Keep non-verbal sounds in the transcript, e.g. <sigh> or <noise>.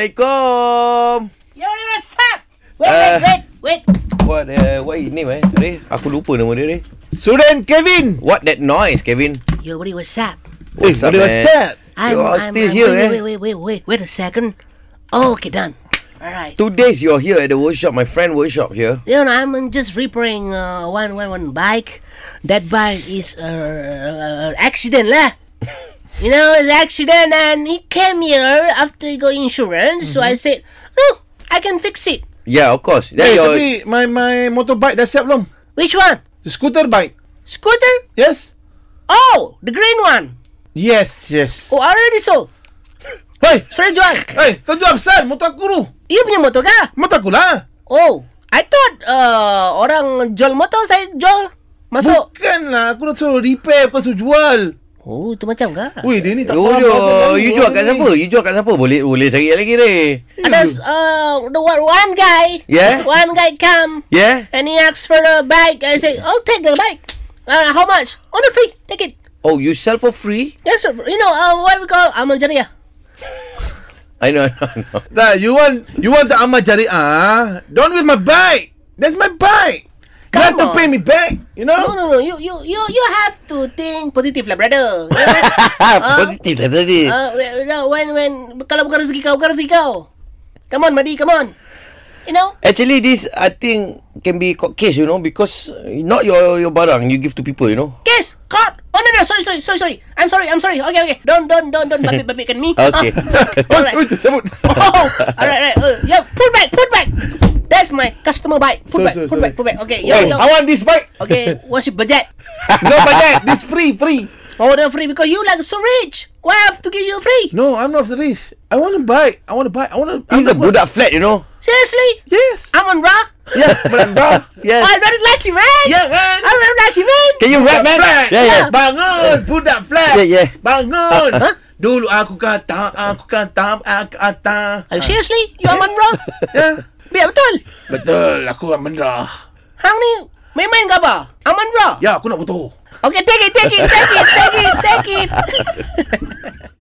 Assalamualaikum. Yo, what's up? Wait, Uh. wait, wait, wait. What uh, what his name eh? Ray, aku lupa nama dia Ray. Sudan Kevin. Eh, What that noise, Kevin? Yo, buddy, what's up? Hey, buddy, what's up? I'm, you are still here eh. wait, Wait, wait, wait, wait, wait a second. Oh, okay, done. All right. Two days you're here at the workshop, my friend workshop here. You know, I'm just repairing uh, one, one, one bike. That bike is uh, uh, accident lah. you know, it's accident, and he came here after he got insurance. So I Mm-hmm. said, no, I can fix it. Yeah, of course. That's Hey, your Eh, tapi my my motorbike dah siap belum? Which one? The scooter bike. Scooter? Yes? Oh, the green one. Yes, yes. Oh, already sold. Hey, Sudah jual. Uh. hey, kau jual besar motor aku tu. You punya motor kah? Motor aku lah. Oh, I thought uh, orang jual motor saya jual masuk. Bukan lah, aku dah suruh repair, bukan suruh jual. Oh, tu macam ke? Wih, dia ni tak Yo, faham yo, bahasa you Melayu lah jual kat ni. siapa? You jual kat siapa? Boleh boleh cari lagi Ray. Ada uh, the one, one guy. Yeah? One guy come Yeah? and he asked for the bike. I say, I'll take the bike. Uh, how much? On the free. Take it. Oh, you sell for free? Yes, sir. You know uh, what we call amal jariah. I know, <laughs> I know, I know. Dah, you want you want the amal jari ah? Don't with my bike. That's my bike. You Come have to on. pay me back, you No, know? no, no. You, you, you, you have to think positive lah, brother. You <laughs> know? Ha, Uh, Positif lah dah tadi. uh, we- no, when, when, kalau bukan rezeki kau, bukan rezeki kau. Come on, Madi, come on. You know? Actually, this I think can be court case, you know, because not your your barang you give to people, you know. Guys, God! Oh no no, sorry sorry sorry sorry. I'm sorry I'm sorry. Okay okay. Don't don't don't don't babik babikkan me. <laughs> Okay. Oh, alright. Oi, tercabut. Oh, alright right. Uh, yeah, put back put back. That's my customer bike. Put Sorry, back sorry, put sorry. back put back. Okay. Yo Hey, yo. I want this bike. Okay. What's your budget? No budget. This free, free. Oh, they're free because you like so rich. Why I have to give you free? No, I'm not rich. I want to buy. I want to buy. I want to. He's a budak flat, you know. Seriously? Yes. I'm on raw. yeah, but bro. Oh, I <laughs> Yes. really like you, man. Yeah, man. I really like you, man. Can you rap, man? Ah. Yeah, yeah. kan? Bangun, budak flat. Yeah, Ah, yeah. Bangun. Dulu aku kata, aku kata, aku kata. Are you seriously? You are on raw? Yeah. Biar betul. Betul, aku akan menderah. Hang ni main-main ke apa? Aman raw. Ya, aku nak motor. Okay, take it, take it, take it, take it, take it.